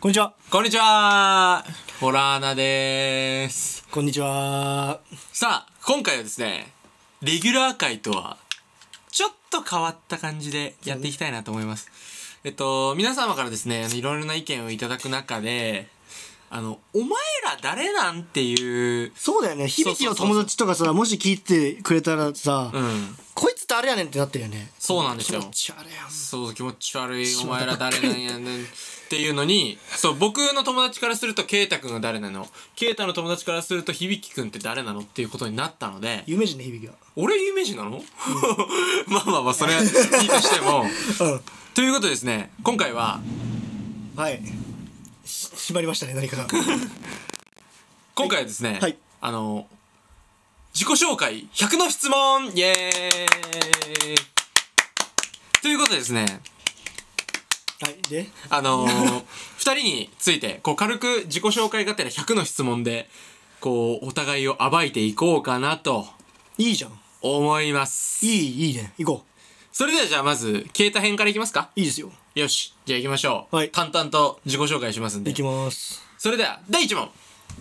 こんにちは。こんにちはホラーナでーす。こんにちは。さあ、今回はですね、レギュラー会とは、ちょっと変わった感じでやっていきたいなと思います。えっと、皆様からですね、あのいろいろな意見をいただく中で、あの、お前ら誰なんっていう、そうだよね。響きの友達とかさ、もし聞いてくれたらさ、うん、こいつ誰やねんってなってるよね。そうなんですよ気持ち悪いやん。そう、気持ち悪い、お前ら誰なんやねんっていうのに、そう、僕の友達からすると、ケイタくんが誰なの、ケイタの友達からすると、響くんって誰なのっていうことになったので、有名人ね、響きは。俺有名人なの まあまあまあ、そ れはいいとしても。ということでですね、今回は、うん。はい。し閉まりましたね、 何かが。今回はですね、はいあの、自己紹介100の質問イエーイということでですね、はい。で、あのー、二人について、こう軽く自己紹介がてら100の質問で、こう、お互いを暴いていこうかなといいじゃん。思います。いい、いいね。行こそれではじゃあまず、ケータ編からいきますかう。いいですよ。よし、じゃあ行きましょう。はい淡々と自己紹介しますんで行。きます。それでは、第1問。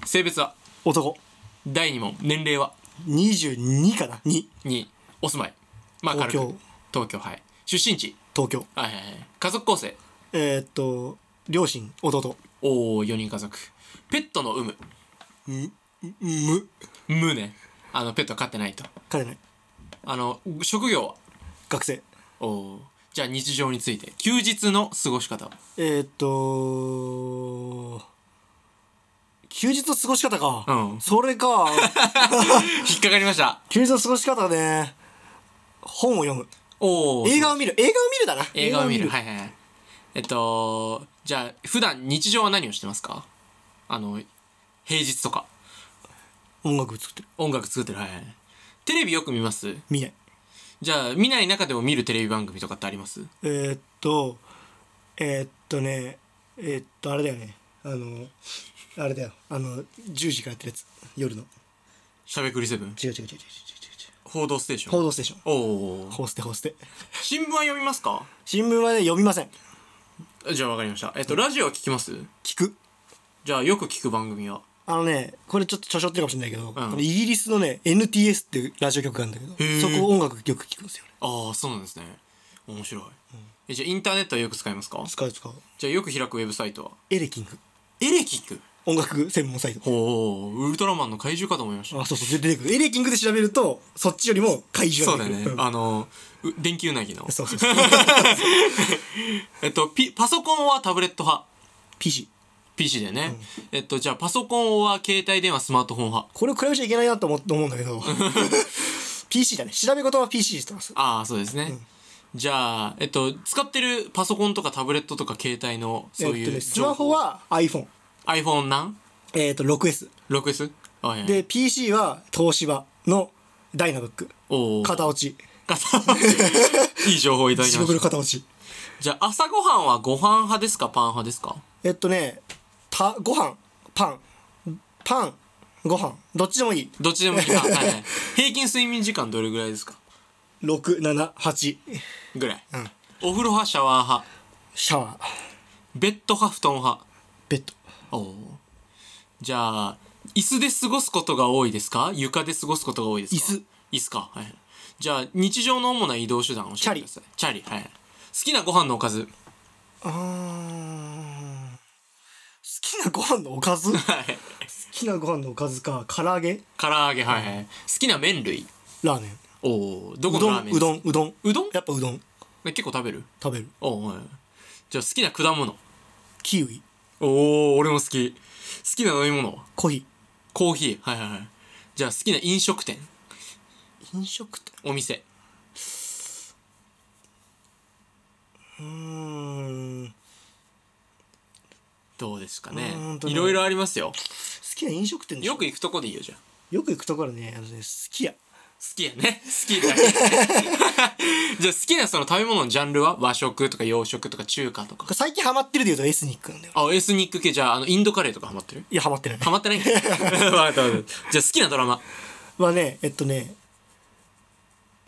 性別は男。第2問。年齢は22かな ?2。 ?2。お住まい。まあ、東軽京く。東京、はい。出身地東京。はいはいはい。家族構成えー、っと、両親、弟。おお4人家族。ペットの有無む。無ね。あの、ペット飼ってないと。彼ない。あの、職業は学生。おおじゃあ日常について。休日の過ごし方はえー、っと、休日の過ごし方か。うんそれか。 引っかかりました。休日の過ごし方ね。本を読む。おお映画を見る。映画を見るだな。映画を見る。映はいはいはい。えっと、じゃあ、普段日常は何をしてますかあの、平日とか。音楽作ってる。音楽作ってるはいはいテレビよく見ます見ない。じゃあ見ない中でも見るテレビ番組とかってありますえー、っと、えー、っとね、えー、っと、あれだよね。あの、あれだよ。あの、10時からやってるやつ。夜の。しゃべくりセブン違う違う違う違う違う違う違報道ステーシう。ョン報道ステーション。おおーホーステホーステ。新聞は読みますか新聞はね、読みません。じゃあわかりましたえっとラジオは聞きます聞く。じゃあよく聞く番組はあのね、これちょっと著書ってるかもしれないけど、んあのイギリスのね、NTS っていうラジオ局があるんだけどへ、ーそこ音楽よく聞くんですよ、ね。ああそうなんですね面白い、えじゃあインターネットはよく使いますか使う使う。じゃあよく開くウェブサイトはエレキング。エレキック音楽専門サイト。おおウルトラマンの怪獣かと思いましたあ、そうそう、出てくる。エレキングで調べると、そっちよりも怪そ獣うだがよ出てくねる。あのう電球うなぎのうんそうそうそう。えっとピパソコンはタブレット派 PC。 PC だよね、えっとじゃあパソコンは携帯電話スマートフォン派これを比べちゃいけないなと思思うんだけ ど、PC だね。調べ事は PC してます。ああそうですね、じゃあえっと使ってるパソコンとかタブレットとか携帯のそうえいっう、とね、スマホは iPhone。 iPhone 何えっ、と、6S。 6S? あいやいやで、PC は東芝のダイナブック。おお片落ち。 いい情報いただき地ま獄しのた片落ち。じゃあ朝ごはんはご飯派ですかパン派ですかえっとね、た、ご飯、パン、パン、ご飯、どっちでもいい。どっち でもいいか、はいはい、平均睡眠時間どれぐらいですか6、7、8、ぐらい、うんお風呂派シャワー派シャワー、ベッド派布団派ベッド。おおじゃあ椅子で過ごすことが多いですか床で過ごすことが多いですか椅子椅子かはいじゃあ日常の主な移動手段を教えてくださいチャリはい好きなご飯のおかずあー好きなご飯のおかず好はいきなご飯のおかずか、唐揚げ唐揚げはいはい好きな麺類ラーメン。おおどこうのどラーん、メンうどん、うどん。うどんやっぱうどんね結構食べる食べる。おおはいじゃあ好きな果物キウイ、おお俺も好き好きな飲み物はコーヒコーヒーはいはいはいじゃあ好きな飲食店ー。飲食店お店うーん。好どうですかうーねんとねいろいろありますよきな飲食店でしょよく行くとこでいいよじゃあよく行くところね、あのね、好きや。好きやね。 好きだけ。じゃあ好きなその食べ物のジャンルは和食とか洋食とか中華とか。最近ハマってるで言うとエスニックなんだよ。あ、エスニック系、じゃあ、あの、インドカレーとかハマってるいや、ハマってない。ハマってない んかいわかったわかったじゃあ好きなドラマ。はね、えっとね、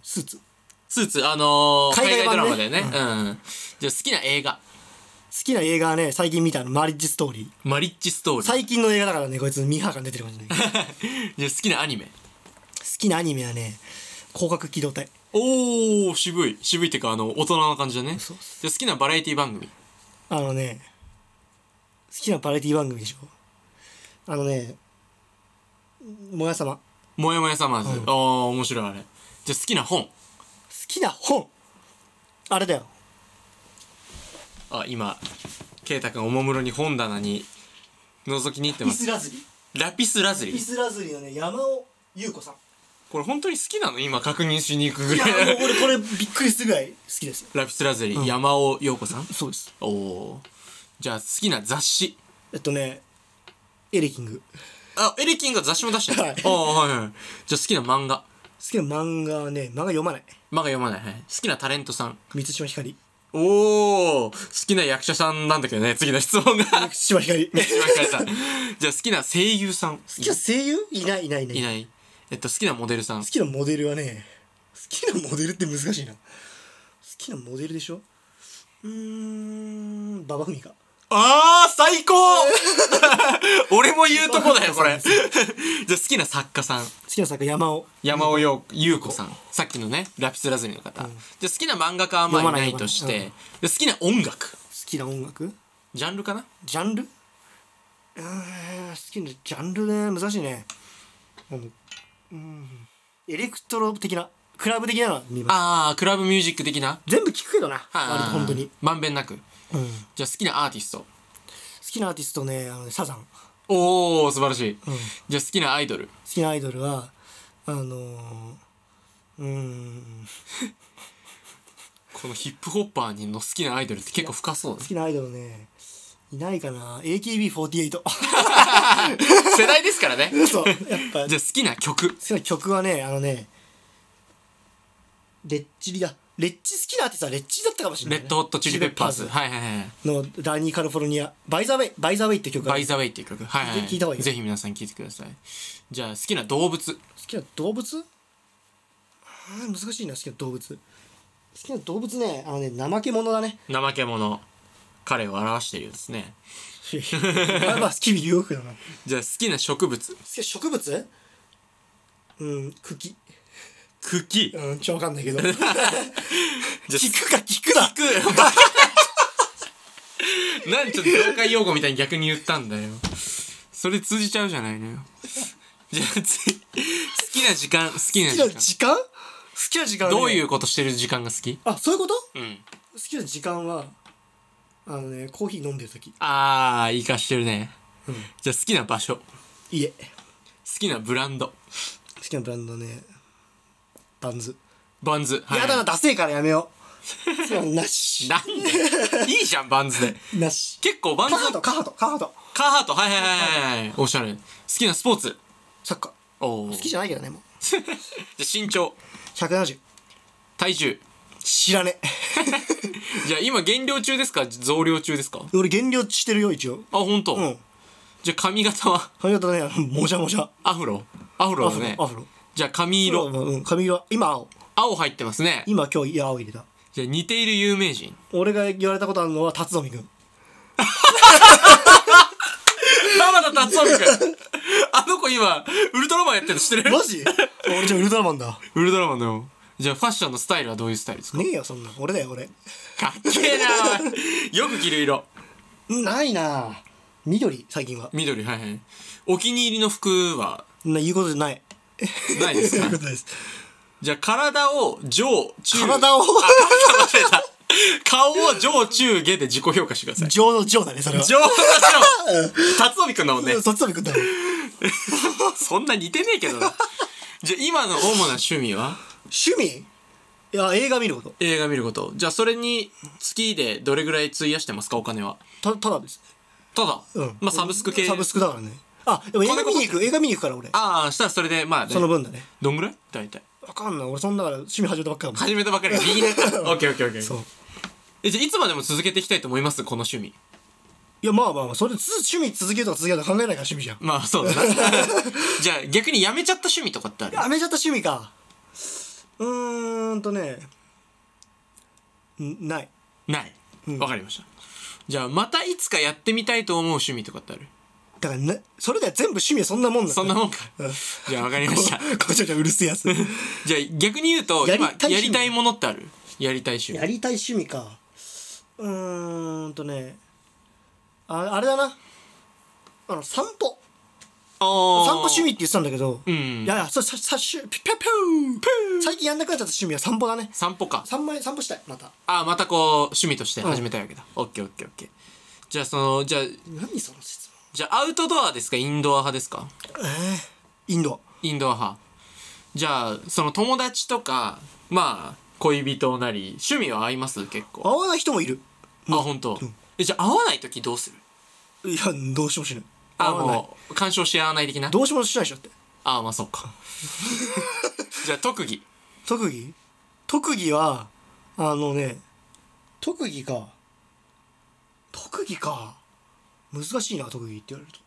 スーツ。スーツ、あのー、海海外外版ドねラマだよね。うん。じゃあ好きな映画。きな映画はね最近見たのマリッジストーリーマリッジストーリー。最近の映画だからねこいつミーハー感出てるかもし れない好じゃあ好きなアニメ。きなアニメはね広角機動隊おー、渋い。渋いってか、あの、大人な感じだね。そうっじゃあ好きなバラエティ番組。あのね好きなバラエティ番組でしょあのね「もやさま」好もやもやさまず。うんあー、面白いあれ。じゃあ好きな本。きな本あれだよあ、今、ケイタくんおもむろに本棚に覗きに行ってイます ス。ラズリラピスラズリイ。スラズリのね山尾優子さ んこれ本当に好きなの今確認しに行くぐいやらい。もう俺これびっくりするぐらい好きですよ ラピスラズリ、山尾陽子さんそうですおおーじゃあ好きな雑誌えっとねエレキング好あエレキンが雑誌も出してる、はいあーはいはいじゃあ好きな漫画きな漫画はね漫画読まない漫画読まない、はい、好きなタレントさん満島ひかりおお好きな役者さんなんだけどね次の質 問が 満島ひかり一番返さんじゃあ好きな声優さん好好きな声優いないいないいないいないえっと好きなモデルさん好きなモデルはね好きなモデルって難しいな好きなモデルでしょうーん馬場ミカあー最高 俺も言うとこだよこれじゃあ好きな作家さん好きな作家山尾山尾よ優子さんさっきのねラピスラズリの方、で好きな漫画家はあんま読りいまなないいとし読まて、で好きな音楽好きな音楽ジャンルかなジャンルうーん好きなジャンルね難しいねあのうーんエレクトロ的なクラブ的なのは見ますああクラブミュージック的な全部聞くけどな割と本当に、まんべんなくうん、好じゃあ好きなアーティストきなアーティストねあのねサザン好おお素晴らしい、じゃあ好きなアイドルきなアイドルはあのー、うーんこのヒップホッパーにの好きなアイドルって結構深そうだ好ねきなアイドルねいないかな AKB48 世代ですからね嘘やっぱ好じゃあ好きな曲きな曲はねあのねレッチリだレッチ好きなアーティストはレッチリだったかもしれなレい、ね、ッドホットチリペッパーズはいはいはいの「ダニーカルフォルニア」「バイザウェイ」「バイザウェイ」って曲がバ好イザウェイっていう曲はいはい、ぜひ聞いた方がいいよぜひ皆さん聴いてくださいじゃあ好きな動物きな動物はあ難しいな好きな動物好きな動物ねあのね怠け者だ ね怠け者彼を表しているようですねまあまあ好き理由だな好じゃあ好きな植物きな植物うん茎 茎じゃうんちょわかんないけ どあ聞くか聞くなくバカなんちょっと業界用語みたいに逆に言ったんだよそれ通じちゃうじゃないのよじゃあ次好きな時間好きな好時きな間時間好きな時間はねどういうことしてる時間が好きあそういうことうん好きな時間はあのねコーヒー飲んでる時あーいいかしてるね、うんじゃあ好きな場所好家好きなブランドきなブランドねバンズ、バンズ、はいやだなダセえからやめようそうなしなんでいいじゃんバンズでなし結構バンカズハートカハートカハートカーハートはいはいはいはい、はい、おしゃれ好きなスポーツサッカーおお好きじゃないけどねもうじゃあ身長170体重知らねじゃあ今減量中ですか増量中ですかえ俺減量してるよ一応あ本当、うんじゃあ髪型は髪型ねあのもじゃもじゃアフロアフロアだフロ、ねアフロじゃあ髪色、うんうん髪色は今青青入ってますね今今日いや青入れたじゃあ似ている有名人俺が言われたことあるのは辰臣君浜田達臣君 あの子今ウルトラマンやってるの知ってるマ ジ俺じゃあウルトラマンだウルトラマンだよじゃあファッションのスタイルはどういうスタイルですかねえよそんな俺だよ俺かっけえなおいよく着る色ないな緑最近は緑はいはいお気に入りの服はな言うことじゃないないですかとですじゃあ体を上中 体を 顔を上中下で自己評価してください。情の情だねそれは上だしろ辰臣くんだもんね。そっちのみくんだもんそんな似てねえけどな。じゃあ今の主な趣味は趣味いや映画見ること映画見ること。じゃあそれに月でどれぐらい費やしてますかお金は。たただですただ、うんまあサブスク系。サブスクだからねあでも映画見に行く映画見に行くから俺ああ、したらそれでまあねその分だねどんぐらい大体。わかんない俺そんなから趣味始めたばっかだもん始めたばかりでビ ギナーか。オッケーオッケーオッケそうー。えじゃあいつまでも続けていきたいと思いますこの趣味。いやまあまあまあそれつ趣味続けるとか続けるとか考えないから趣味じゃんまあそう だな。じゃあ逆にやめちゃった趣味とかってあるやめちゃった趣味かうーんとねんないない。わ、んかりました。じゃあまたいつかやってみたいと思う趣味とかってあるだからなそれでは全部趣味はそんなもんだそんな もんかうんじゃあわかり ましたここちょっとうるせえや つじゃあ逆に言うとやり今たい趣味やりたいものってあるやりたい趣や味りたい趣味かうーんとねああれだなあの散歩あー散歩趣味って言ってたんだけど、うんいやいやそささしゅぴぴょぴょ最近やんなくなっちゃった趣味は散歩だね散歩か散歩散歩したいまたあまたこう趣味として始めたいわけだ、オッケーオッケーオッケーじゃあそのじゃあ何その質じゃあアウトドアですかインドア派ですか問ええインドインドア派じゃあその友達とかまあ恋人なり趣味は合います結構合わない人もいるあ本当、えじゃあ合わない時どうするいやどうしようもしないあ合わないもう干渉し合わない的などうしようもしないでしょだってあまあそう かじゃあ特技特技特技はあのね特技か特技か難しいな特技って言われると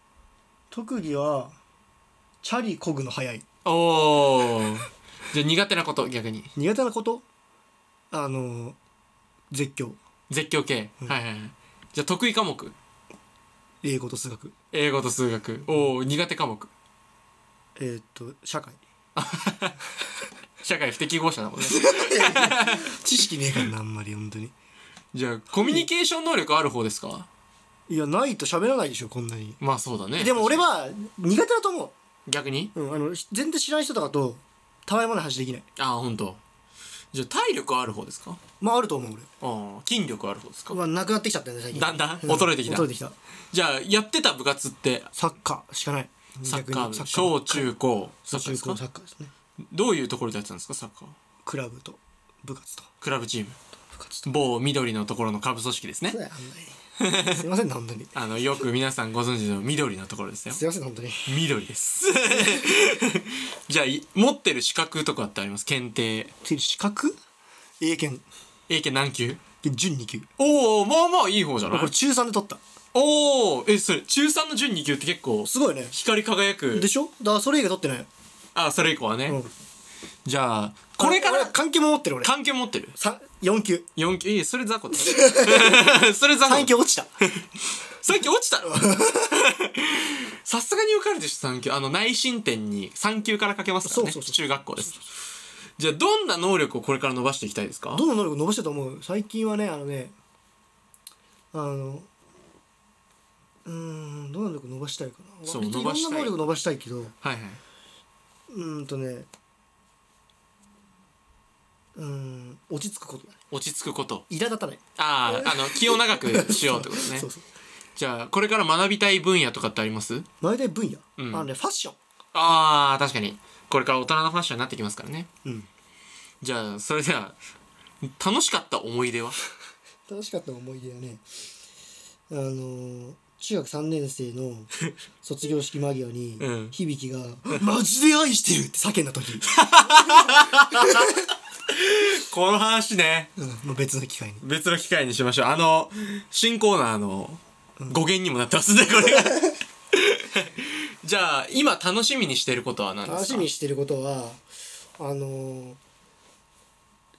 特技はチャリこぐの速いおおじゃあ苦手なこと逆に苦手なことあの絶叫絶叫系、はいはいはいじゃあ得意科目英語と数学英語と数学おお苦手科目えーっと社会社会不適合者だもんね 知識ねえからなあんまり本当にじゃあコミュニケーション能力ある方ですかいやないと喋らないでしょこんなにまあそうだねでも俺は苦手だと思逆にう、うん、あの全然知らない人とかとたわいもない話できないああ本当。じゃあ体力ある方ですかまああると思う俺ああ筋力ある方ですかまあ、なくなってきちゃったよね最近だんだんう衰えてきた衰えてきたじゃあやってた部活ってサッカーしかないサッカー部逆に小中高サッ中カーですか高サッカーですねどういうところでやってたんですかサッカークラブと部活とクラブチーム部活と某緑のところの下部組織ですねそうだよあんなに すいません本当にあのよく皆さんご存知の緑のところですよすいません本当に緑です じゃあい持ってる資格とかってあります検定て資格英検英検何級準2級おおまあまあいい方じゃないこれ中3で取ったおおえそれ中3の準2級って結構すごいね光り輝くでしょだからそれ以外取ってないよあそれ以降はね、うんじゃあこれか俺ら関係も持ってる俺関係持ってるさ4級4級いやそれ雑 魚だ それ雑魚3級落ちた3級落ちたろ さすがに受かるでしょ3級あの内申点に3級からかけますからねそうそうそう中学校ですじゃあどんな能力をこれから伸ばしていきたいですかどんどん能力伸ばしてたと思う最近はねあのねあのうーんどんな能力伸ばしたいかなそう割と伸ばいしたいろんな能力伸ばしたいけどはいはいうーんとねうーん落ち着くことだね落ち着くこと苛立たないあああの気を長くしようってことね そうそうじゃあこれから学びたい分野とかってあります大体分野、うんあのねファッションああ確かにこれから大人のファッションになってきますからねうんじゃあそれでは楽しかった思い 出は楽しかった思い出はねあのー中学3年生 の卒業式間際に、うん響が「マジで愛してる!」って叫んだ時、 この話ねうん、もう別の機会に別の機会にしましょうあの新コーナーの語源にもなってますねこれが じゃあ今楽しみにしてることは何ですか楽しみにしてることはあのー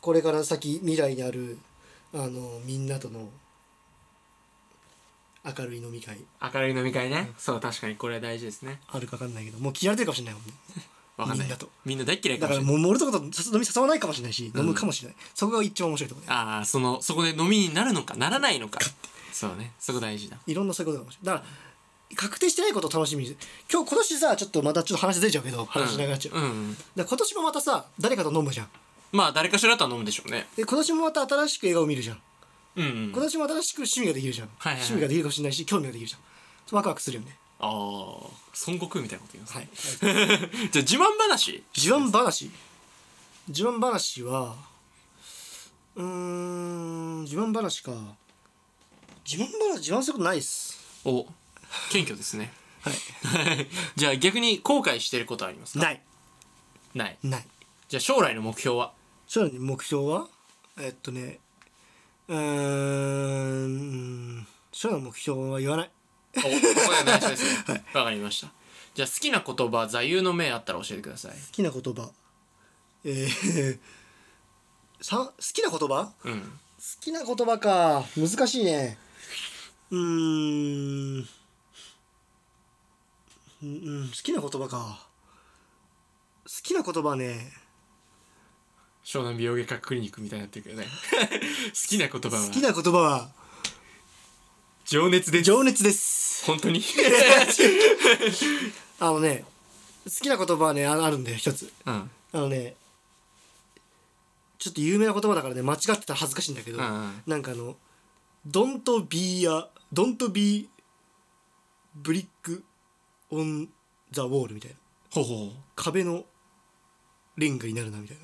これから先未来にある、あのーみんなとの明るい飲み会明るい飲み会ねそう確かにこれは大事ですねあるか分かんないけどもう嫌われてるかもしれないもんねわかんないみんなとみんな大っ嫌いかだもからしれないもう俺とこと飲み誘わないかもしれないし、飲むかもしれないそこが一番面白いところだよああそのそこで飲みになるのかならないのかそうねそこ大事だいろんなそういうことかもしれないだから確定してないことを楽しみにする今日今年さちょっとまたちょっと話ずれちゃうけど話しながらちゃう、うんうん、だから今年もまたさ誰かと飲むじゃんまあ誰かしらとは飲むでしょうねで今年もまた新しく映画を見るじゃんうん、うん、今年も新しく趣味ができるじゃん、はいはいはい趣味ができるかもしれないし興味ができるじゃんワクワクするよねああ孫悟空みたいなこと言います、はい じゃあ自慢話自慢話自慢話はうーん自慢話か自慢話自慢することないっすお謙虚ですねはい じゃあ逆に後悔してることはありますかないないないじゃあ将来の目標はさらに目標はえっとねうーん将来の目標は言わないおこれ内緒です ねわ、かりましたじゃあ好きな言葉座右の銘あったら教えてください好きな言葉えー、さ好きな言葉好うんきな言葉か難しいねうーんうんうん好きな言葉か好きな言葉ね湘南美容外科クリニックみたいになってるけどね 好きな言葉好きはな言葉は情熱で情熱です 本当にあのね好きな言葉はねああるんだよ一つうんあのねちょっと有名な言葉だからね間違ってたら恥ずかしいんだけど、うんうんなんかあの「Don't be a Don't be brick on the wall」みたいなほうほう壁のレンガになるなみたいな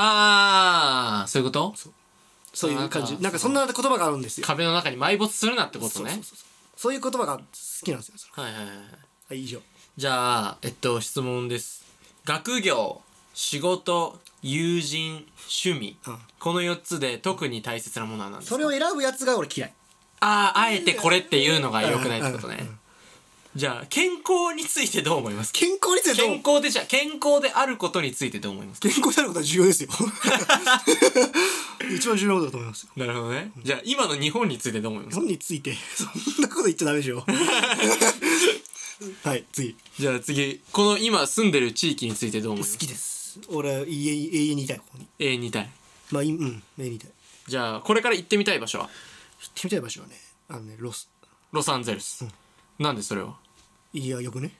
ああそういうことそういう感あじーなんかそんな言葉があるんですよ壁の中に埋没するなってこそとうそうそねうそうそういう言葉が好きなんですよそれはいはいはいはい以上じゃあえっと質問です学業仕事友人趣味、うんこの4つで特に大切なものは何ですそかれを選ぶやつが俺嫌いあああえてこれっていうのが良くないってことうんねうんじゃあ健康についてどう思います健康についてどう健康でじゃあ健康であることについてどう思います健康であることは重要ですよ一番重要なことだと思いますよなるほどねじゃあ今の日本についてどう思いま日す本についてそんなこと言っちゃダメで しょはい次じゃあ次この今住んでる地域についてどう思いま好すきです俺は家に永遠にいたいここに永遠にいたいまあいうん永遠にいたいじゃあこれから行ってみたい場所は行ってみたい場所はねあのねロスロサンゼルス、なんでそれはいやよくね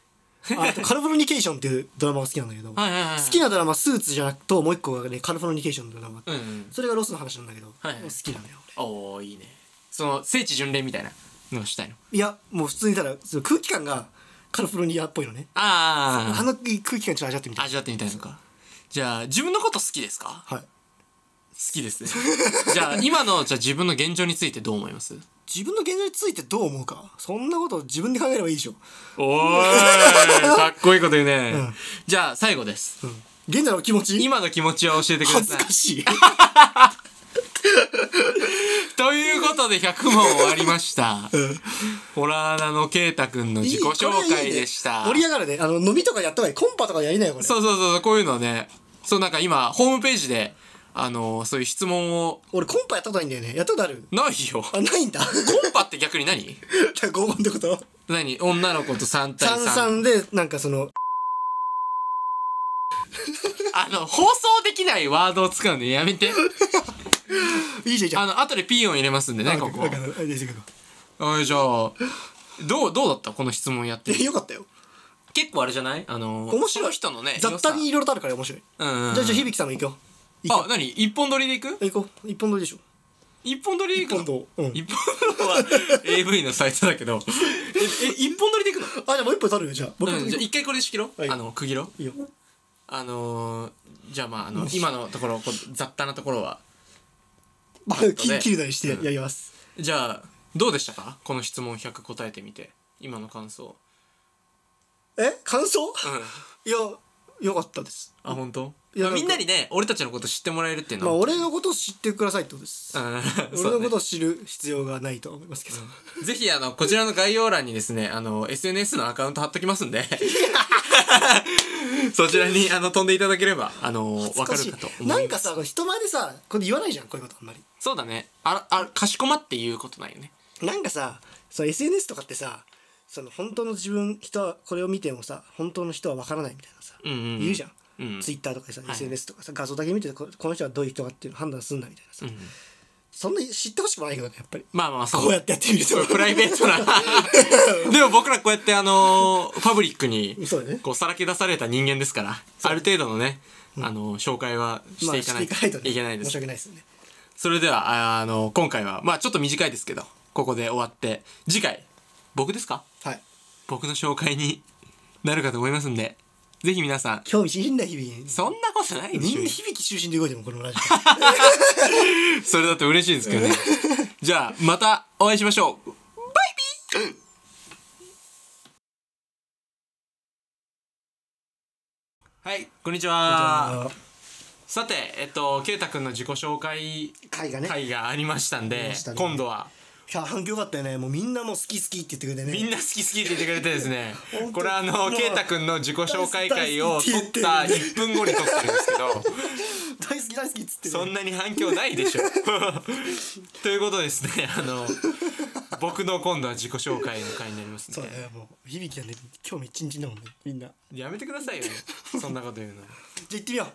ああとカルフォルニケーションっていうドラマが好きなんだけどはいはいはいはい好きなドラマスーツじゃなくともう一個がねカルフォルニケーションのドラマ、うん、うん、それがロスの話なんだけど、はいはい好きなのよ俺おおいいねその聖地巡礼みたいなのをしたいのいやもう普通にただその空気感がカルフォルニアっぽいのねあああの空気感ちょっと味わってみたい味わってみたいのかじゃあ自分のこと好きですかはい好きですね じゃあ今のじゃあ自分の現状についてどう思います自分の現状についてどう思うかそんなこと自分で考えればいいでしょ、おーいかっこいいこと言うね、んじゃあ最後ですうん、現在の気持ち今の気持ちを教えてくだ恥ずさいかしいということで100問終わりました、んホラーナのケイタくんの自己紹介でしたいいこれいいね盛り上がるねあの飲みとかやった方がいいコンパとかやりなよこれそうそうそうそうこういうのねそうなんか今ホームページであのーそういう質問を俺コンパやったことないんだよねやったことあるないよコあない んだンパって逆に何合コンってこと何女の子と3対三 3, 三でなんかそのあの放送できないワードを使うのや めていいじゃんいいじゃんあの後でピー音入れますんでねここわかるわかるいいですよここはいじゃあどうどうだったこの質問やっていやよかったよ結構あれじゃないあのー面白いその人のね雑多にい良ろいろとあるから面白いさうんうんじゃあじゃあ響さんの行くよ行あ何一本撮りでいくくよ行こう一本撮りでしょ一本撮りでいくの一本撮りうん一本撮りは AV のサイトだけどええ一本撮りでいくのあじゃあもう一本撮るよじゃあ僕うんじゃあ一回これ仕切ろう、はいあの区切ろういいよあのー、じゃあまああの今のところこう雑多なところはまあ切切るなりしてやりますじゃあどうでしたかこの質問100答えてみて今の感想え感想うんいやよかったですあ本当いやまあ、なんみかんなにね俺たちのこと知ってもらえるっていうのまあは、俺のことを知ってくださいってことですうん俺のことそを知る必要がないとは思いますけどうねぜひあのこちらの概要欄にですねあの SNS のアカウント貼っときます んでそちらにあの飛んでいただければあのわか少るかとし思いますなんかさこれ人前でさこれ言わないじゃんこういうことあんまりそうだねああかしこまっていうことないよねなんかさその SNS とかってさその本当の自分人はこれを見てもさ本当の人は分からないみたいなさ、うんうんうん言うじゃん、うんツイッターとかでさ、い SNS とかさ画像だけ見ててここの人はどういう人かっていうの判断すんなみたいなさ、んそんな知ってほしくもないけどねやっぱりまあまあそうこうやってやってみるとそうプライベー トなでも僕らこうやってあのーパブリックにそうだねこうさらけ出された人間ですからある程度のね、あのー紹介はしていかないまあとねいけないで申しす、訳ないですよねそれではあーあのー今回はまあちょっと短いですけどここで終わって次回僕ですかはい僕の紹介になるかと思いますんでぜひ皆さん興味津々だ日々そんなことないでみしんょな響き中心で動いてもこのラジ それだと嬉しいです けどねじゃあまたお会いしましょうバイビーはいこんにちオはさてえっと圭太君の自己紹介会がね会がありましたんありでましたね今度はいや反響良かったよねもうみんなもう好き好きって言ってくれてねみんな好き好きって言ってくれてですね 本当にこれあものう圭太君の自己紹介会を大好き撮大っ好きってた言ってる1分後に撮ってるんですけど大好き大好きっつってね そんなに反響ないでしょ。ということですね、あの、僕の今度は自己紹介の回になりますそうねだねもう響きがね今日一日だもんねみんなやめてくださいよそんなこと言うじのゃあ行ってみよ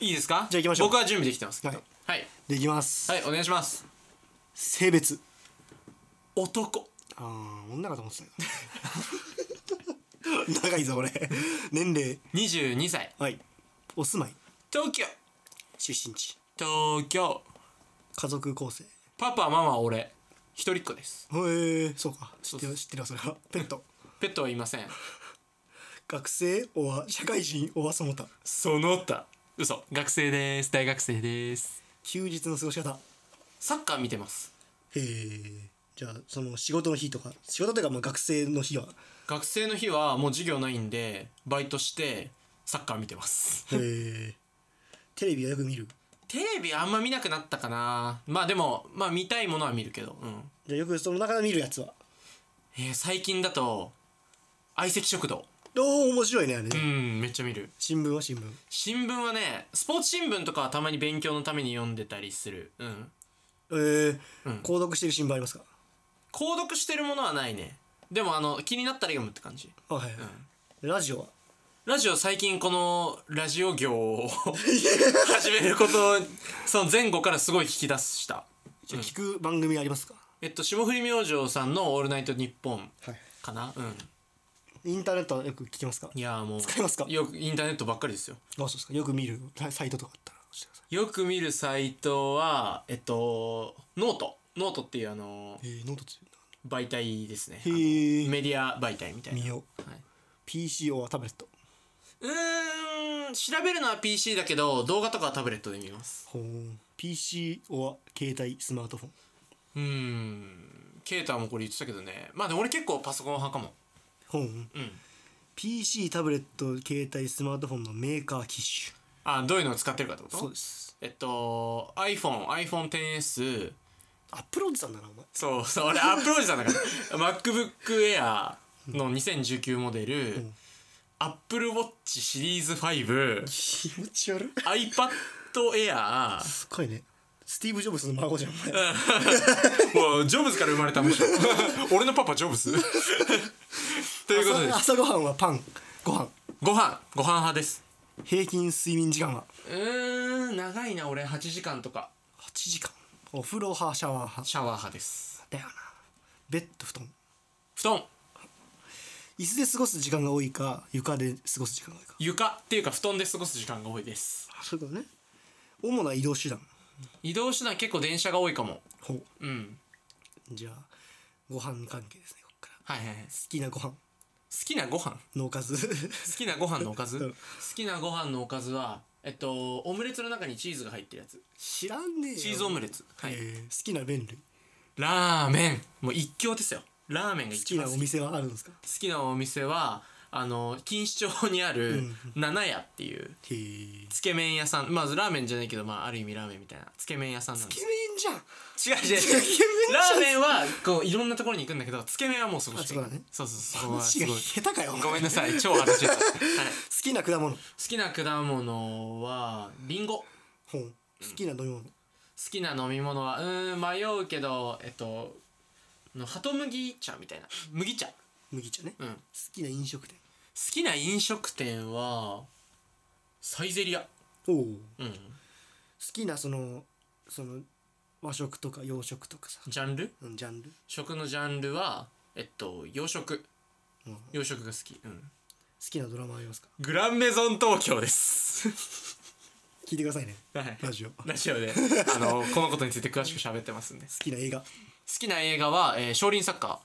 いいですかじゃあ行きましょう僕は準備できてますけどはいはい、うできます、はい、お願いします性別男ああ女かと思ってたよ 長いぞこれ年齢22歳はいお住まい東京出身地東京家族構成へパパママ俺一人っ子ですえそうか知ってそうる知ってるわそれはペットペットはいません学生おは社会人おはその他その他嘘学生です大学生です休日の過ごし方サッカー見てますへえじゃあその仕事の日とか仕事というかまあ学生の日は学生の日はもう授業ないんでバイトしてサッカー見てますへえテレビはよく見るテレビあんま見なくなったかなまあでもまあ見たいものは見るけどうんじゃあよくその中で見るやつはえー最近だと相席食堂おお面白いねあれね、うんめっちゃ見る新聞は新聞新聞はねスポーツ新聞とかはたまに勉強のために読んでたりするうんええうん購読してる新聞ありますか購読してるものはないねでもあの気になったら読むって感じあはい、はいラジオはラジオ最近このラジオ業 を始めることをその前後からすごい聞き出したじゃあ聞く番組ありますか、えっと霜降り明星さんの「オールナイトニッポンはい」かなうんインターネットはよく聞きますかいやーもう使いますかよくインターネットばっかりですよあそうですかよく見るサイトとかあったら教えてくださよく見るサイトはえっとノートノートっていうあのいえー、ノートついて媒体ですねあるのなへえメディア媒体みたいな見ようはい PCO はタブレットうーん調べるのは PC だけど動画とかはタブレットで見ますほー PCO は携帯スマートフォンうーんケータもこれ言ってたけどねまあでも俺結構パソコン派かもほーうん PC タブレット携帯スマートフォンのメーカー機種あどういうのを使ってるかってことそうですえっと iPhoneiPhone10S アップロードさんだなお前そうそう俺アップロードしたんだか ら MacBookAir の2019モデル、ん AppleWatch シリーズ 5iPadAir 気持ち悪いすっごいねスティーブ・ジョブズの孫じゃんお前もうジョブズから生まれたむしろ 俺のパパジョブズ ということで朝朝ごはんはパンご飯ご飯ご飯派です平均睡眠時間はうーん長いな俺8時間とか8時間お風呂派シャワー派シャワー派ですだよなベッド布団布団椅子で過ごす時間が多いか床で過ごす時間が多いか床っていうか布団で過ごす時間が多いですあそういうことね主な移動手段移動手段結構電車が多いかもほううんじゃあご飯関係ですねこっからはいはいはい好好きなご飯きなご飯のおかず好きなご飯のおかずうん好きなご飯のおかずはえっとオムレツの中にチーズが入ってるやつ 知らんねえよチーズオムレツはい、えー好きな麺類ラーメンもう一強ですよラーメンが好一きな番好きお店はあるんですか好きなお店はあの錦糸町にあるん七屋っていうへえつけ麺屋さんまずラーメンじゃないけどまあある意味ラーメンみたいなつけ麺屋さんなんでつけす麺 じゃん違う違うつけ麺じ ラゃんーメンはこういろんなところに行くんだけどつけ麺はもうそこあしかそうだねそうそうそうそこは話すがごい下手かよお前ごめんなさい超話しちゃった、はい、好好きな果物きな果物はリンゴほ好う好きな飲み物きな飲み物はうーん迷うけどえっとのハト麦茶みたいな麦茶麦茶ねう好ん好きな飲食店きな飲食店はサイゼリアおお好うんきなそのその和食とか洋食とかさジャンルうんジャンル食のジャンルはえっと洋食うん好洋食が好きうんきなドラマありますかグランメゾン東京です 聞いてくださいねはいラ ジオ好ラジオであのこのことについて詳しく喋ってますんで好きな映画好きな映画は、えー、少林サッカ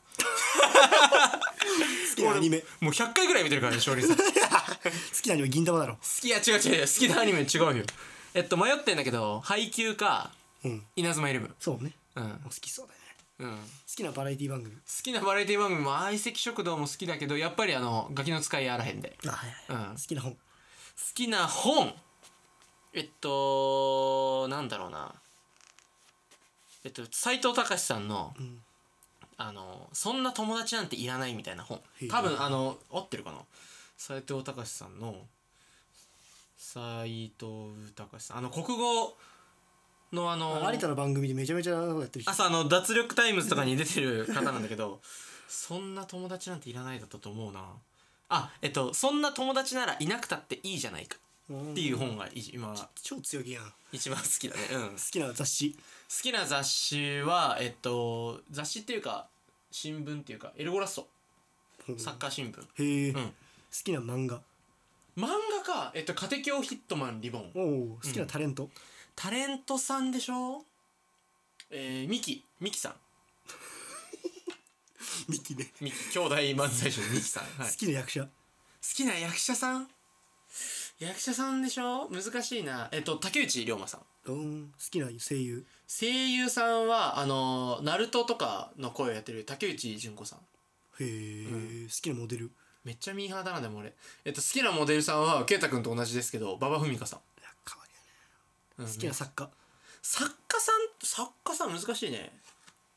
きなアニメ好ーもう100回ぐらい見てるからね少林サッカー 好きなアニメ銀玉だろきいや違う違う違う好きなアニメ違うよえっと迷ってんだけど配給かうん稲妻イレブンそうねうん好きそうだよねうん好好きなバラエティ番組きなバラエティ番組も相席食堂も好きだけどやっぱりあのガキの使いやあらへんであはいう好んきな本好きな本えっとなんだろうなえっと斎藤隆さんの、んあの「そんな友達なんていらない」みたいな本へえ多分あの合ってるかな斎藤隆さんの斎藤隆さんあの国語のあのあ有田の番組でめちゃめちゃやってる人朝の脱力タイムズとかに出てる方なんだけど そんな友達なんていらないだったと思うなあえっとそんな友達ならいなくたっていいじゃないかっていう本がい今超強気やん好一番好きだねうん好きな雑誌きな雑誌はえっと雑誌っていうか新聞っていうかエルゴラストサッカー新へ聞え、ん好きな漫画漫画かえっと「家庭教ヒットマンリボンおお好きなタレント、」タレントさんでしょえー、ミキミキさんミキねミキ兄弟漫才 師のミキさん、はい好、きな役者好きな役者さん役者さんでしょ難しいなえっと竹内涼真さうんん好きな声優声優さんはあのナルトとかの声をやってる竹内純子さんへえ、好きなモデルめっちゃミーハーだなでも俺えっと好きなモデルさんは圭太君と同じですけど馬場文香さん、いや可愛いようんね好きな作家、作家さん作家さん難しいね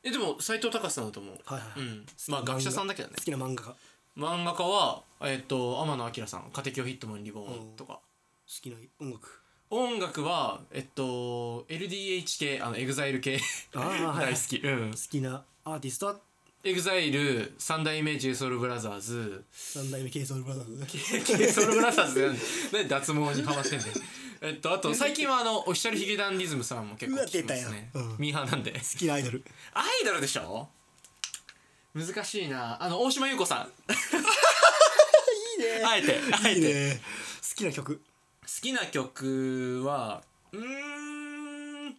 えでも斎藤隆さんだと思うはいはいはいうんまあ学者さんだけどね好きな漫画家好漫画家はえっと天野明さん「家庭教ヒットマンリボン」とかきな音楽音楽はえっと LDH 系あのエグザイル系あーはいはい大好きうん好きなアーティストはエグザイル三代目 j s o u l b r o t h e r s 三代目 k s o u l b r o t h e r j s o u l b r o t h e r s って何で脱毛にハマってんだよえっとあと最近はあのオフィシャルヒゲダンディズムさんも結構聞きますねうわ出たようんミーハーなんで好きなアイドルアイドルでしょ難しいなあの大島優子さんいいねあえてあえていいね好きな曲好きな曲はうーん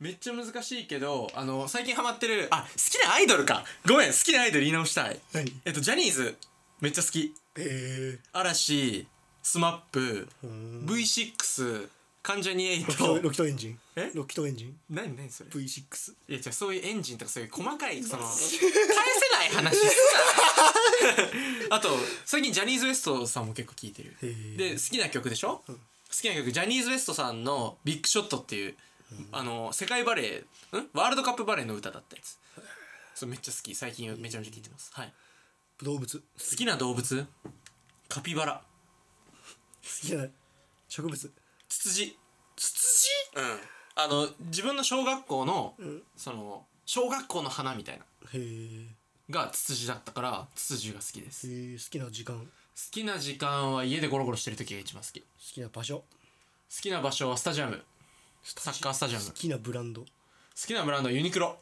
めっちゃ難しいけどあの最近ハマってるあ好きなアイドルかごめん好きなアイドル言い直したい何えっとジャニーズめっちゃ好きえ嵐スマップえー、 V6 関ジャニロキ トロ∞キトエンジンえロキトエンジン何何それ V6 いやじゃあそういうエンジンとかそういう細かいその返せない話すな あと最近ジャニーズ WEST さんも結構聴いてるへーで好きな曲でしょ、好きな曲ジャニーズ WEST さんの「ビッグショット」っていう、あの世界バレーんワールドカップバレーの歌だったやつそれめっちゃ好き最近めちゃめちゃ聴いてます、はい、動物好好きな動物カピバラきな植物ツツジツツジうんあの自分の小学校の、その小学校の花みたいなへーがツツジだったからツツジが好きですえ好ー、好きな時間好きな時間は家でゴロゴロしてる時が一番好き好きな場所きな場所はスタジアムサッカースタジアム好好きなブランド好きなブランドはユニクロ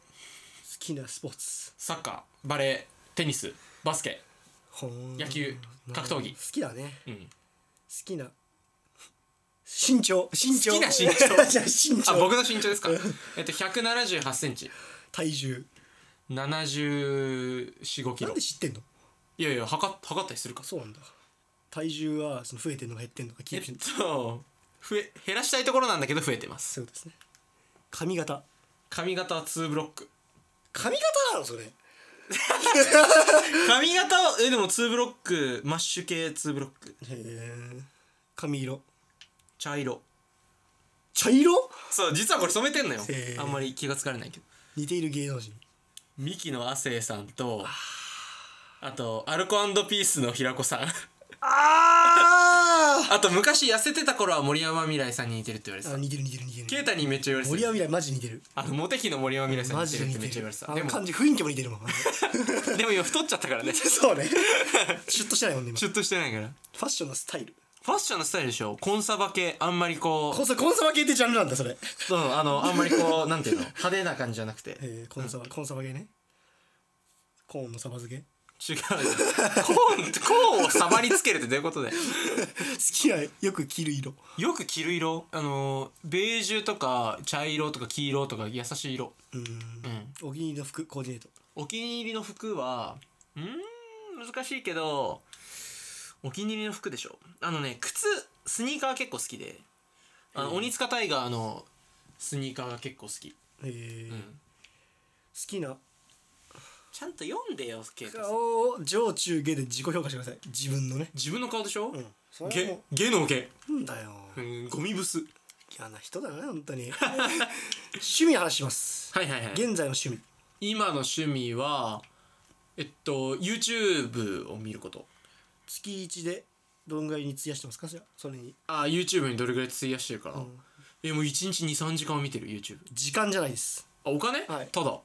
きなスポーツサッカーバレーテニスバスケほーん野球格闘技好きだねう好んきな身長身長好きな身 長じゃあ身あ長僕の身長ですかえっと1 7 8センチ体重7 4 5キなロんで知ってんのいやいや測っ測ったりするかあそうなんだ体重はその増えてんのか減ってんのかキえーっプしてんのかと 増え減らしたいところなんだけど増えてますそうですね髪型髪型は2ブロック髪型なのそれ髪型はえでも2ブロックマッシュ系2ブロックへえ髪色茶色茶色そう実はこれ染めてんのよへーあんまり気がつかれないけど似ている芸能人ミキの亜生さんとあとアルコピースの平子さんあ あと昔痩せてた頃は森山未来さんに似てるって言われてあた似てる似てる似てる啓太にめっちゃ言われて森た山未来マジ似てるあのモテ期の森山未来さんマにジ似てで似るってめてっちゃ言わるれてあたでの感もじ雰囲気も似てるも ん でも今太っちゃったからねそうねシュッとしてないもんね今シュッとしてないからファッションのスタイルファッションのスタイルでしょコンサバ系あんまりこコンサコンサバ系ってジャンルなんだそれ、ううんあのあんまりこうなんていうの派手な感じじゃなくてえー、コンサバコンサバ系ねコーンのサバ漬け違うよコーンってコーンをさばりつけるってどういうことだよ好きなよく着る色よく着る色あのーベージュとか茶色とか黄色とか優しい色うんうんお気に入りの服コーディネートお気に入りの服はうーん難しいけどお気に入りの服でしょあのね靴スニーカー結構好きであの、鬼塚タイガーのスニーカーが結構好き、えーうん好きなちゃんと読んでよケイタさん顔を上中下で自己評価してください自分のね自分の顔でしょ、うんそれはゲもゲのゲ、うなんだようん、ゴミブス嫌な人だな本当に趣味の話しますはいはいはい現在の趣味今の趣味はえっと YouTube を見ること月一でどんぐらいに費やしてますかそれそれにあ YouTube にどれぐらい費やしてるかな、うんえもう1日23時間は見てる YouTube 時間じゃないですあお金、はいただ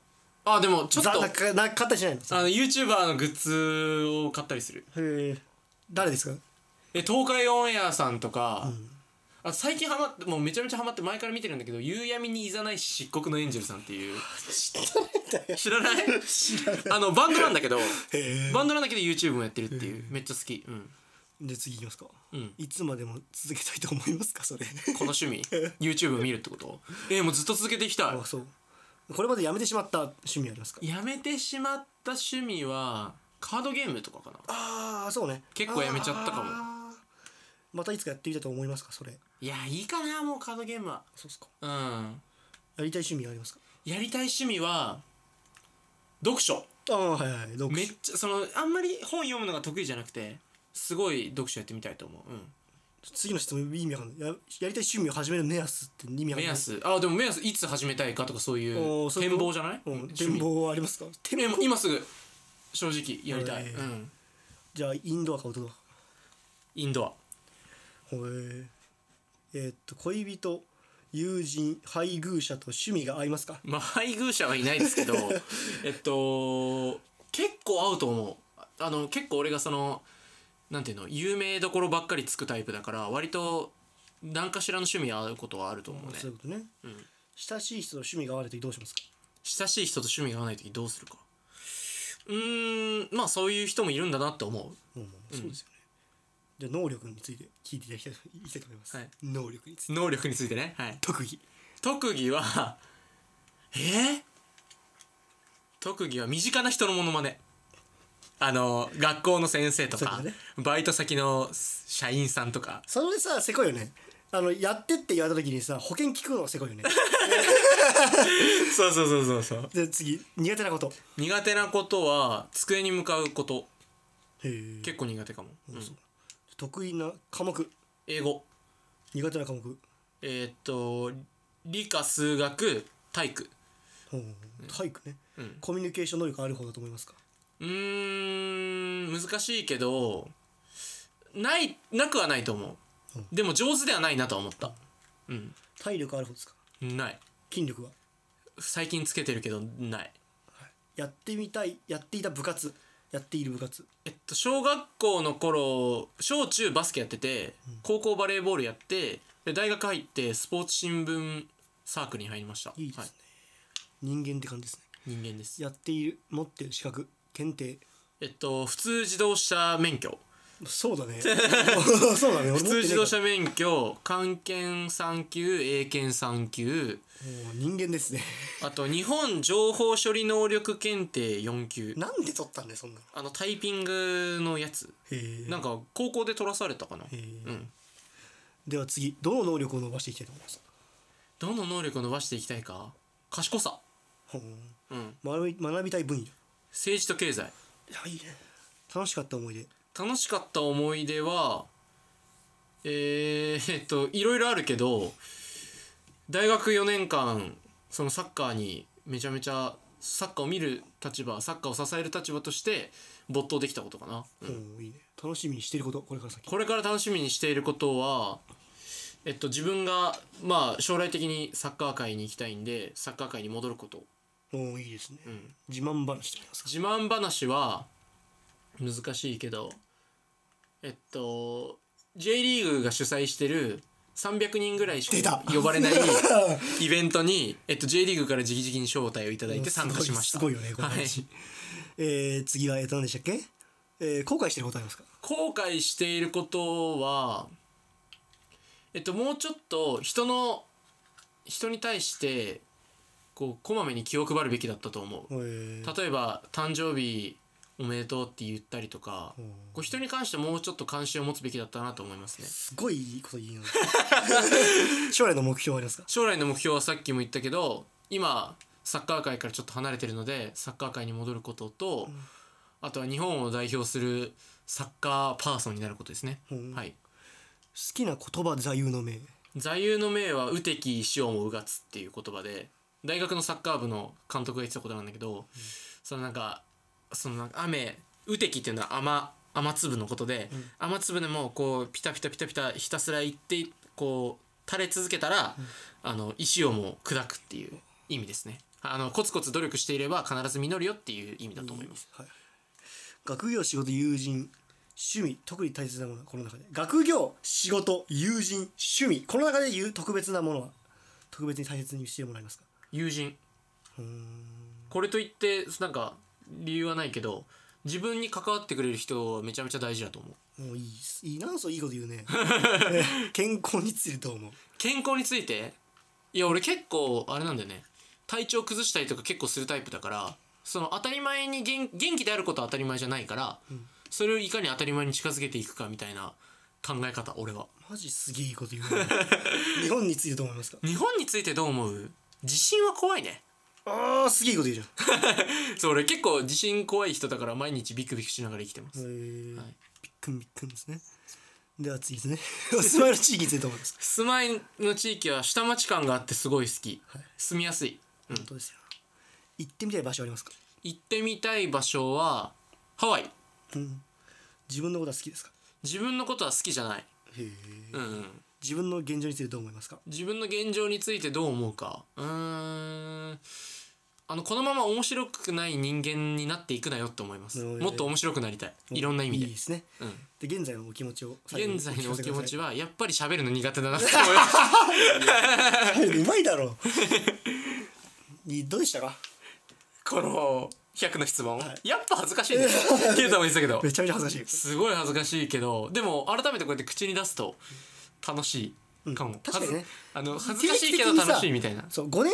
あでもちょっざとなかな買ったりしないのあの YouTuber のグッズを買ったりするへえ誰ですかえ東海オンエアさんとか、んあ最近ハマってもうめちゃめちゃハマって前から見てるんだけど「夕闇にいざない漆黒のエンジェル」さんっていう知らない知らないあのバンドなんだけどへえバンドなんだけど YouTube もやってるっていうめっちゃ好きうんじゃあ次いきますか、うんいつまでも続けたいと思いますかそれこの趣味 YouTube 見るってことえもうずっと続けていきたあそうこれまでやめてしまった趣味ありますかいやめてしまった趣味はカードゲームとかかなああそうね結構やめちゃったかももまたいつかやってみたいと思いますかそれいやいいかなもうカードゲームはそうっすかうんやりたい趣味はありますかやりたい趣味は読書ああはいはい読め書っちゃそのあんまり本読むのが得意じゃなくてすごい読書やってみたいと思う、うん、次の質問意味わかんないややりたい趣味を始める目安って意味わかんない目安あでも目安いつ始めたいかとかそういうおーそういう展こと望じゃないうん趣味展望はありますかえもう今すぐ正直やりたい、えーうん、じゃあインドアかアウトドアかインドアへええーっと恋人友人配偶者と趣味が合いますかまあ配偶者はいないです けどえっと結構合うと思うああの結構俺がそのなんていうの有名どころばっかりつくタイプだから割と何かしらの趣味合うことはあると思うねそういうことね、ん親しい人と趣味が合わない時どうしますか親しい人と趣味が合わない時どうするかうーんまあそういう人もいるんだなって思うもうもうそうですよね、じゃあ能力について聞いていただきたいいきたいと思います、はい能力について能力についてねはい特技特技は えー特技は身近な人のモノマネあの学校の先生とそうか、だねバイト先の社員さんとかそれさせこいよねあのやってって言われた時にさ保険聞くのせこいよねそうそうそうそうそうで次苦手なこと苦手なことは机に向かうことへえ結構苦手かも、うん得意な科目英語苦手な科目えーっと理科数学体育ほう体育ね、うんコミュニケーション能力ある方だと思いますかうーん難しいけどないなくはないと思う、うんでも上手ではないなとは思ったうん体力ある方ですかない筋力は最近つけてるけどないやってみたいやっていた部活やっている部活えっと小学校の頃小中バスケやってて高校バレーボールやってで大学入ってスポーツ新聞サークルに入りましたいいですねはい、人間って感じですね人間ですやっている持ってる資格検定えっと普通自動車免許そう だねそうだね俺持ってねえから普通自動車免許漢検3級英検3級もう人間ですねあと日本情報処理能力検定4級なんで取ったんだよそんなのあのタイピングのやつへえなんか高校で取らされたかなへえうんでは次どの能力を伸ばしていきたいと思いますどの能力を伸ばしていきたいか賢さほううん学び学びたい分野い政治と経済やいいね楽しかった思い出楽しかった思い出はえー、えっといろいろあるけど大学4年間そのサッカーにめちゃめちゃサッカーを見る立場サッカーを支える立場として没頭できたことかな、うんほういいね楽しみにしてることこれから先これから楽しみにしていることはえっと自分がまあ将来的にサッカー界に行きたいんでサッカー界に戻ること、おおいいですねうん、自慢話してきますか自慢話は難しいけどえっと J リーグが主催してる300人ぐらいし出たか呼ば れないイベントに、えっと、J リーグから直々に招待をいただいて参加しましたすごいすごいよねこのはい話、えー次はえっと何でしたっけ、えー後悔してることありますか後悔していることはえっともうちょっと人の人に対してこうこまめに気を配るべきだったと思うえー例えば誕生日おめでとうって言ったりとかんこう人に関してもうちょっと関心を持つべきだったなと思いますねすごいいいこと言うな将来の目標はありますか将来の目標はさっきも言ったけど今サッカー界からちょっと離れてるのでサッカー界に戻ることと、あとは日本を代表するサッカーパーソンになることですね、うんはい好きな言葉座右の銘座右の銘は「雨敵塩もうがつ」っていう言葉で大学のサッカー部の監督が言ってたことなんだけど、そのなんかそのなんか雨雨敵っていうのは雨雨粒のことで、雨粒でもこうピタピタピタピタひたすら行ってこう垂れ続けたら、あの石をもう砕くっていう意味ですねあのコツコツ努力していれば必ず実るよっていう意味だと思いますはい、学業仕事友人趣味特に大切なものはこの中で学業仕事友人趣味この中で言う特別なものは特別に大切にしてもらえますか友人これといってなんか理由はないけど自分に関わってくれる人めちゃめちゃ大事だと思うもういいっすいいなんそういいこと言う ねえ健康についてどう思う健康についていや俺結構あれなんだよね体調崩したりとか結構するタイプだからその当たり前に元元気であることは当たり前じゃないから、それをいかに当たり前に近づけていくかみたいな考え方俺はマジすげえいいこと言うね日本についてどう思いますか日本についてどう思う地震は怖いね あーすげえいいこと言うじゃそう俺結構地震怖い人だから毎日ビクビクしながら生きてます、んえーはいびっくんびっくんですねでは次です ねお住まいの地域についてどう思いますか住まいの地域は下町感があってすごい好き、はい住みやすい、うん、本当ですよ行ってみたい場所ありますか、行ってみたい場所はハワイうん、自分のことは好きですか自分のことは好きじゃない、へえうんうん、自分の現状についてどう思いますか自分の現状についてどう思うかうーんあのこのまま面白くない人間になっていくなよって思いますなるほどねもっと面白くなりたいいろんな意味でいいですねうんで現在のお気持ちを最後に現在のお気持ちははやっぱり喋るの苦手だなって思いますうまいだろ ういいどうでしたか この100の質問、はやっぱ恥ずかしいね ケイタも言ってたけどめちゃめちゃ恥ずかしいですすごい恥ずかしいけどでも改めてこうやって口に出すと楽しいかも、うん確かにね恥ずあの恥ずかしいけど楽しいみたいなそう5年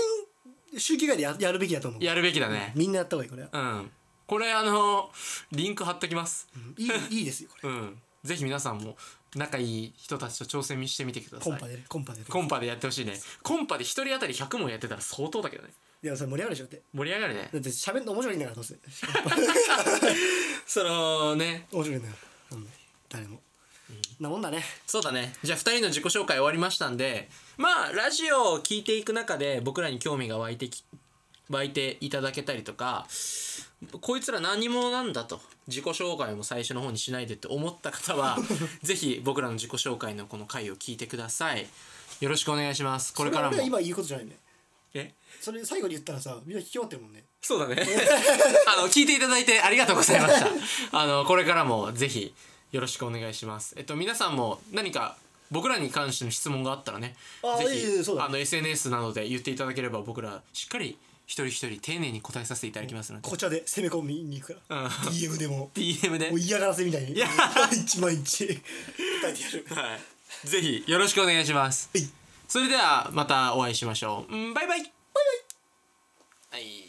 週期ぐらいでややるべきだと思うやるべきだねみんなやった方がいいこれ は、うんこれあのリンク貼っときますいいいいですよこれうんぜひ皆さんも仲いい人たちと挑戦してみてくださコンいパでねコンパでねコンパでやってほしいねコンパで一人当たり100問やってたら相当だけどねでもそれ盛り上がるでしょって盛り上がるねだって喋るの面白いんだからどうせそのね面白いんだからなんで誰も、なもんだねそうだねじゃあ2人の自己紹介終わりましたんでまあラジオを聞いていく中で僕らに興味が湧いてき湧いていただけたりとかこいつら何者なんだと自己紹介も最初の方にしないでって思った 方はぜひ僕らの自己紹介のこの回を聞いてくださいよろしくお願いしますこれからもそ俺は今言うことじゃないねえそれ最後に言ったらさみんな聞き終わってるもんねそうだね。 あの、聞いていただいてありがとうございました。あの、これからもぜひよろしくお願いします。えっと、皆さんも何か僕らに関しての質問があったらね、あぜいえいえそうひ、だあの、SNS などで言っていただければ僕らしっかり一人一人丁寧に答えさせていただきますので、こちらで攻め込みに行くから、DM でも DM でもう、嫌がらせみたいにや毎日毎日 答えてやるはい。ぜひよろしくお願いしますはい。それではまたお会いしましょう。うんバイバイバイバイはい。